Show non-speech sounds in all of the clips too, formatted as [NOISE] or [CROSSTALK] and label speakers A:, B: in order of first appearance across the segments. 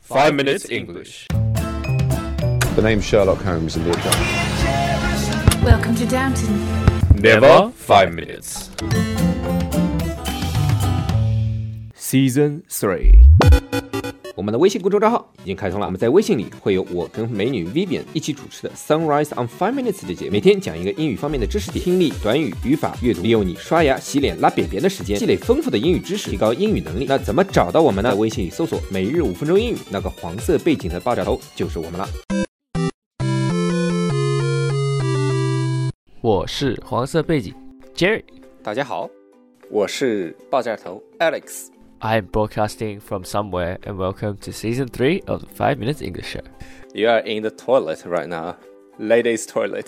A: Five Minutes English.
B: The name Sherlock Holmes in the account.
C: Welcome to Downton.
A: Never five minutes.
D: Season Three，
E: 我们的微信公众账号已经开通了，我们在微信里会有我跟美女 Vivian 一起主持的 Sunrise on Five Minutes 的节目，每天讲一个英语方面的知识点，听力、短语、语法、阅读，利用你刷牙、洗脸、拉便便的时间，积累丰富的英语知识，提高英语能力。那怎么找到我们呢？在微信里搜索“每日五分钟英语”，那个黄色背景的爆炸头就是我们了。
F: 我是黄色背景 Jerry。
E: 大家好，我是爆炸头 Alex。
F: I am broadcasting from somewhere, and welcome to season three of the Five Minutes English Show.
E: You are in the toilet right now, ladies toilet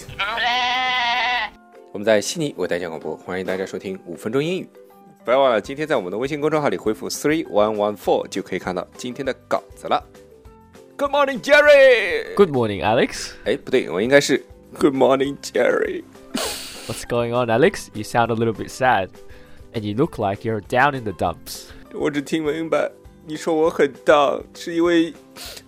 E: 我们在悉尼为大家广播，欢迎大家收听五分钟英语。不要忘了，今天在我们的微信公众号里回复 three one one four 就可以看到今天的稿子了。Good morning, Jerry。
F: Good morning, Alex.
E: 哎，不对，我应该是 Good morning, Jerry。
F: What's going on, Alex? You sound a little bit sad, and you look like you're down in the dumps.
E: 我只听明白你说我很 down，是因为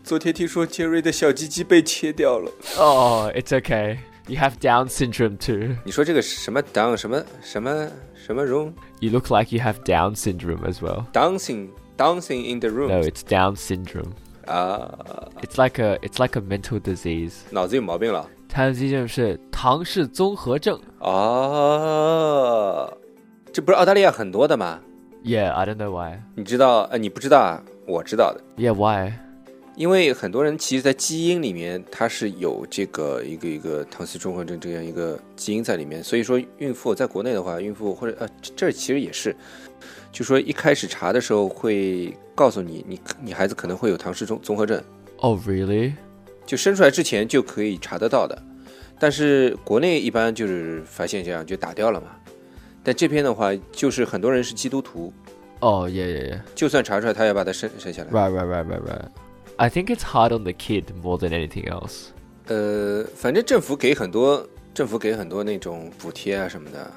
E: 昨天听说杰瑞的小鸡鸡被切掉了。
F: Oh, it's okay. You have Down syndrome too.
E: 你说这个什么 down 什么什么什么 room
F: You look like you have Down syndrome as well.
E: dancing dancing in the room？
F: No, it's Down syndrome.
E: 啊，
F: It's like a it's like a mental disease.
E: 脑子有毛病了。
F: Down syndrome 是唐氏综合症。
E: 哦，这不是澳大利亚很多的吗？
F: Yeah, I don't know why.
E: 你知道？呃，你不知道啊？我知道的，
F: Yeah, why?
E: 因为很多人其实，在基因里面它是有这个一个一个唐氏综合症这样一个基因在里面，所以说孕妇在国内的话，孕妇或者呃，这这其实也是，就说一开始查的时候会告诉你，你你孩子可能会有唐氏综综合症，
F: Oh, really?
E: 就生出来之前就可以查得到的。但是国内一般就是发现这样就打掉了嘛。但这边的话，就是很多人是基督徒，
F: Oh, yeah, yeah, yeah.
E: 就算查出来，他也把它生生下来。
F: Right, right, right, right, right. I think it's hard on the kid more than anything else.
E: 呃，反正政府给很多，政府给很多那种补贴啊什么的。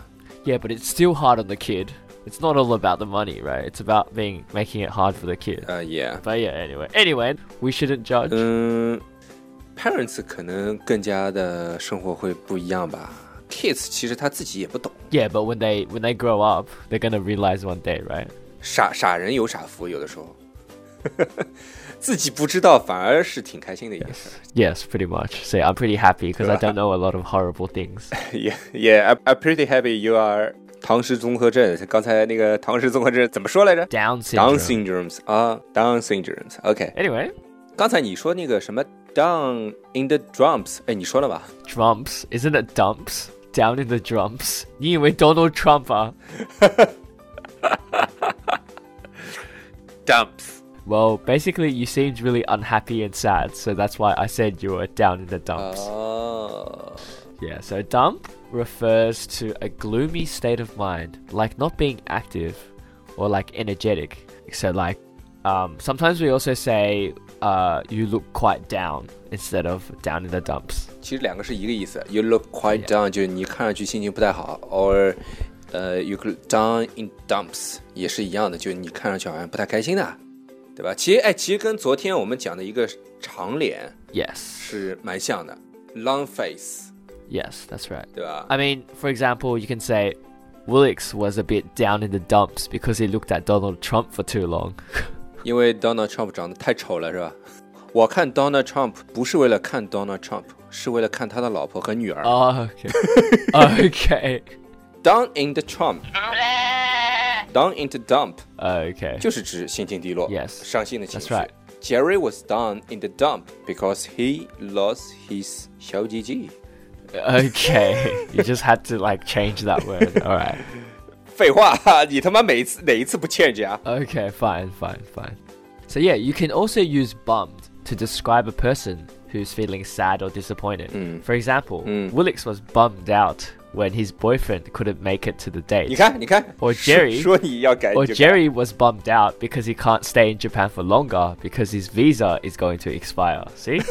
F: Yeah, but it's still hard on the kid. It's not all about the money, right? It's about being making it hard for the kid.
E: 呃，yeah，
F: But yeah, anyway, anyway, we shouldn't judge.
E: 嗯，parents 可能更加的生活会不一样吧。Kids 其实他自己也不懂，
F: Yeah, but when they when they grow up, they're gonna realize one day, right?
E: 傻傻人有傻福，有的时候 [LAUGHS] 自己不知道，反而是挺开心的一件事。
F: Yes, pretty much. So I'm pretty happy because I don't know a lot of horrible things.
E: Yeah, yeah, I'm, I'm pretty happy you are 唐氏综合症。刚才那个唐氏综合症怎么说来着
F: [LAUGHS] Down syndrome.
E: ？Down syndromes 啊，Down syndromes。OK，
F: Anyway,
E: 刚才你说那个什么 Down in the drums，哎，你说了吧？
F: drumps. Isn't it dumps? Down in the drumps. 你以为 Donald Trump 啊
E: Dumps。
F: Well, basically, you seemed really unhappy and sad, so that's why I said you were down in the dumps.
E: 哦，
F: Yeah, so dump refers to a gloomy state of mind, like not being active or like energetic. So, like, um, sometimes we also say uh, you look quite down instead of down in the dumps.
E: 其实两个是一个意思。You look quite down，就是你看上去心情不太好，or 呃、y o u look down in dumps 也是一样的，就是你看上去好像不太开心的，对吧？其实，哎，其实跟昨天我们讲的一个长脸
F: Yes,
E: 是蛮像的，long face，
F: yes, that's right.
E: 对吧？
F: I mean, for example, you can say Willix was a bit down in the dumps because he looked at Donald Trump for too long.
E: 因为 Donald Trump 长得太丑了，是吧？我看 Donald Trump 不是为了看 Donald Trump，是为了看他的老婆和女儿。
F: [LAUGHS] Oh, okay. [LAUGHS] okay.
E: Down in the Trump，down in the dump，
F: Okay.
E: 就是指心情低落
F: Yes.
E: 伤心的情绪。
F: That's right.
E: Jerry was down in the dump because he lost his 小鸡鸡。
F: [LAUGHS] Okay. you just had to like change that word. All right.
E: 废话， [LAUGHS] 你他妈每一次哪一次不欠人家？
F: Okay, fine, fine, fine. So yeah, you can also use bummed to describe a person who's feeling sad or disappointed. For example, Willix was bummed out when his boyfriend couldn't make it to the
E: 你
F: date.
E: 看，你看，
F: Or
E: 说
F: Jerry
E: [LAUGHS] 说你要改，
F: Or
E: 你就改
F: Jerry was bummed out because he can't stay in Japan for longer because his visa is going to expire. See?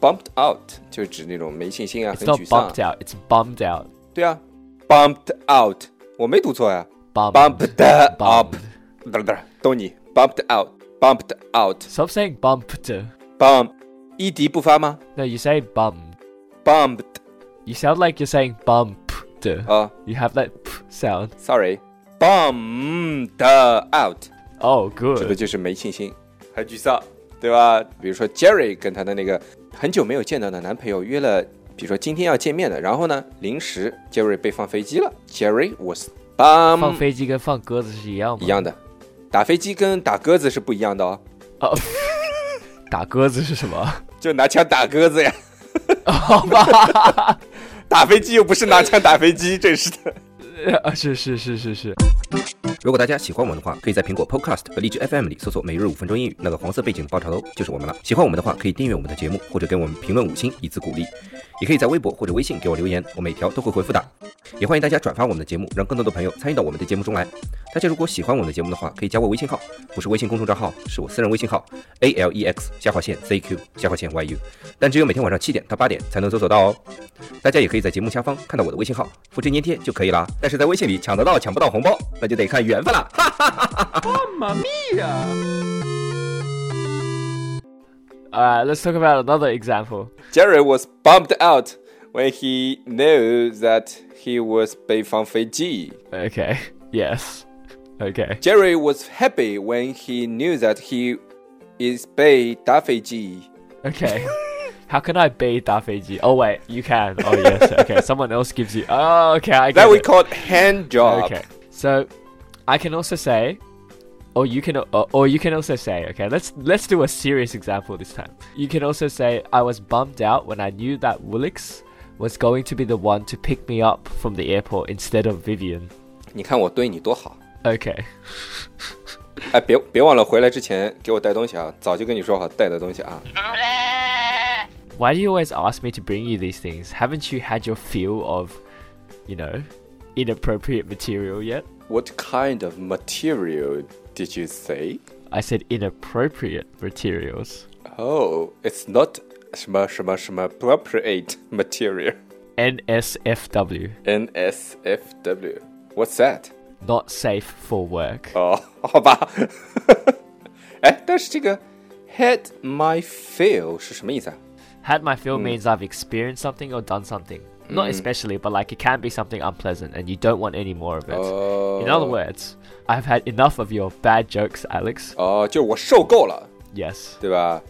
E: bumped out 就是指那种没信心啊，
F: It's
E: 很
F: not
E: 沮丧
F: bumped。out, it's bummed out.
E: 对啊，bumped out，我没读错呀、
F: Bummed.
E: bumped up，
F: Bummed.
E: 不是不是，懂你 bumped out。 bumped out
F: Stop saying bumped.
E: bump，e d 不发吗
F: No, you say bum.
E: ？bumped
F: You sound like you're saying bumped.
E: 啊、
F: You have that p sound.
E: s o r r y b u m p e d out，
F: Oh,
E: 指的
F: good.
E: 就是没信心，很沮丧，对吧？比如说 Jerry 跟她的那个很久没有见到的男朋友约了，比如说今天要见面的，然后呢，临时 Jerry 被放飞机了，Jerry was
F: 放
E: bum
F: 飞机跟放鸽子是一样吗？
E: 一样的，打飞机跟打鸽子是不一样的哦，
F: 哦，打鸽子是什么？
E: 就拿枪打鸽子呀。
F: oh [LAUGHS]
E: 打飞机又不是拿枪打飞机，真是的。
F: 啊，是是是是是。
G: 如果大家喜欢我们的话，可以在苹果 Podcast 和荔枝 FM 里搜索“每日五分钟英语”，那个黄色背景的爆炒头就是我们了。喜欢我们的话，可以订阅我们的节目，或者给我们评论五星以资鼓励。也可以在微博或者微信给我留言，我每条都会回复的。也欢迎大家转发我们的节目，让更多的朋友参与到我们的节目中来。大家如果喜欢我们的节目的话，可以加我微信号，不是微信公众账号，是我私人微信号 a l e x 下划线 z q 下划线 y u，但只有每天晚上七点到八点才能搜索到哦。大家也可以在节目下方看到我的微信号，复制粘贴就可以啦。但是在微信里抢得到抢不到红包，那就得看缘分啦。
F: Alright, let's talk about another example.
E: Jerry was bumped out when he knew that he was 被放飞机。
F: Okay. Yes. Okay.
E: Jerry was happy when he knew that he is 被打飞机。 [LAUGHS]
F: Okay. How can I be Da Fiji? Oh wait, you can. Oh yes. Okay. Someone else gives you. Oh, okay. I get
E: That we
F: it.
E: called hand job.
F: Okay. So, I can also say, or you can, or, or you can also say. Okay. Let's let's do a serious example this time. You can also say I was bummed out when I knew that Woolix was going to be the one to pick me up from the airport instead of Vivian.
E: 你看我对你多好。
F: Okay.
E: 哎，别别忘了回来之前给我带东西啊！早就跟你说好带的东西啊。
F: Why do you always ask me to bring you these things? Haven't you had your feel of, you know, inappropriate material yet?
E: What kind of material did you say?
F: I said inappropriate materials.
E: Oh, it's not 什么什么什么 appropriate material.
F: NSFW,
E: NSFW. What's that? Oh,
F: not safe for work.
E: [LAUGHS] 哦，好吧。哎，但是这个 Eh, had my feel 是什么意思啊？
F: Had my feel means I've experienced something or done something. Not especially, but like it can be something unpleasant and you don't want any more of it. In other words, I've had enough of your bad jokes, Alex.
E: 哦，Oh, 就我受够了，
F: Yes.
E: 对吧？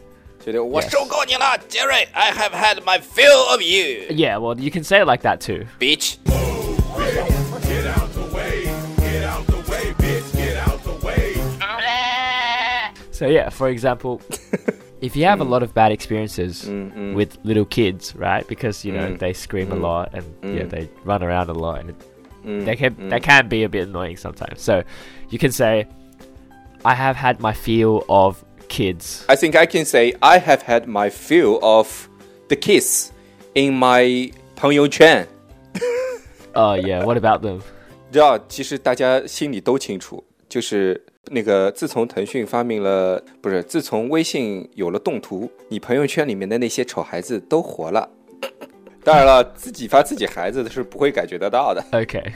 E: 觉得我
F: Yes.
E: 受够你了，Jerry. I have had my fill of you,
F: Yeah, well, you can say it like that too.
E: bitch.
F: So yeah, for example, if you have a lot of bad experiences with little kids, right? Because you know they scream a lot and yeah they run around a lot, and it, they can they can be a bit annoying sometimes. So you can say, "I have had my feel of kids."
E: I think I can say I have had my fill of the kiss in my 朋友圈。
F: Oh yeah, what about them?
E: 知道，其实大家心里都清楚，就是那个自从腾讯发明了，不是自从微信有了动图，你朋友圈里面的那些丑孩子都活了。当然了，自己发自己孩子的是不会感觉得到的。
F: Okay.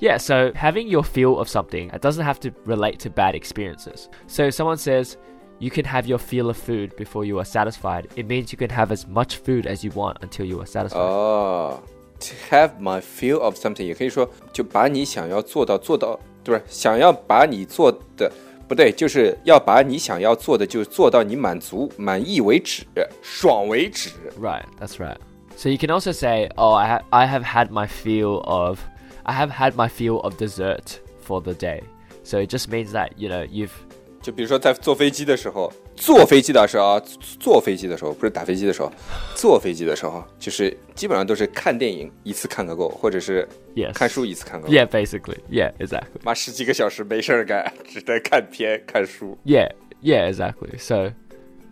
F: Yeah, so having your feel of something it doesn't have to relate to bad experiences. So if someone says you can have your feel of food before you are satisfied, it means you can have as much food as you want until you are satisfied.
E: 哦、t o have my feel of something，也可以说就把你想要做到做到，对不是想要把你做的不对，就是要把你想要做的就做到你满足满意为止，爽为止。
F: Right, that's right. So you can also say, "Oh, I, ha- I have had my feel of, I have had my feel of dessert for the day." So it just means that you know you've
E: 就比如说在坐飞机的时候，坐飞机的时候啊，坐飞机的时候不是打飞机的时候，坐飞机的时候就是基本上都是看电影一次看个够，或者是
F: yes
E: 看书一次看个够。
F: Yeah, basically. Yeah, exactly.
E: 妈十几个小时没事儿干，只能看片看书。
F: Yeah, yeah, exactly. So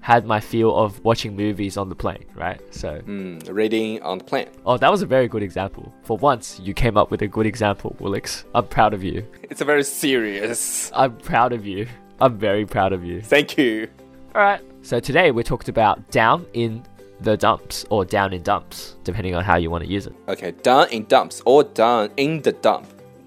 F: had my feel of watching movies on the plane, right? So
E: 嗯，reading on the plane。
F: oh, that was a very good example. For once, you came up with a good example, Woolix. I'm proud of you.
E: It's very serious.
F: I'm proud of you. I'm very proud of you.
E: Thank you.
F: All right. So today we talked about down in the dumps or down in dumps, depending on how you want to use it.
E: Okay, down in dumps or down in the dump，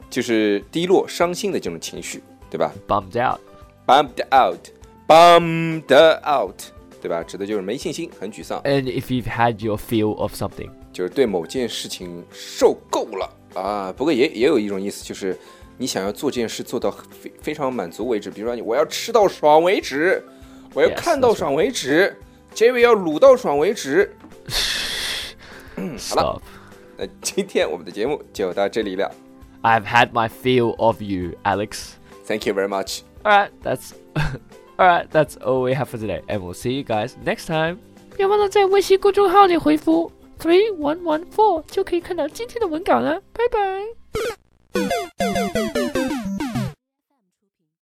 E: 就是低落、伤心的这种情绪，对吧
F: Bummed out.
E: ？Bumped out, bummed out，对吧？指的就是没信心、很沮丧，
F: And if you've had your feel of something.
E: 就是对某件事情受够了啊。不过也也有一种意思，就是你想要做这件事做到非非常满足为止，比如说你我要吃到爽为止，我要
F: Yes，
E: 看到
F: that's
E: 爽为止，Jerry 要卤到爽为止。
F: Stop.
E: 那今天我们的节目就到这里了
F: I've had my feel of you, Alex.
E: ，Thank you very much。
F: Alright, that's [LAUGHS] Alright, that's all we have for today. And we'll see you guys next time.
H: 别忘了在微信公众号里回复 three one one four 就可以看到今天的文稿了，拜拜。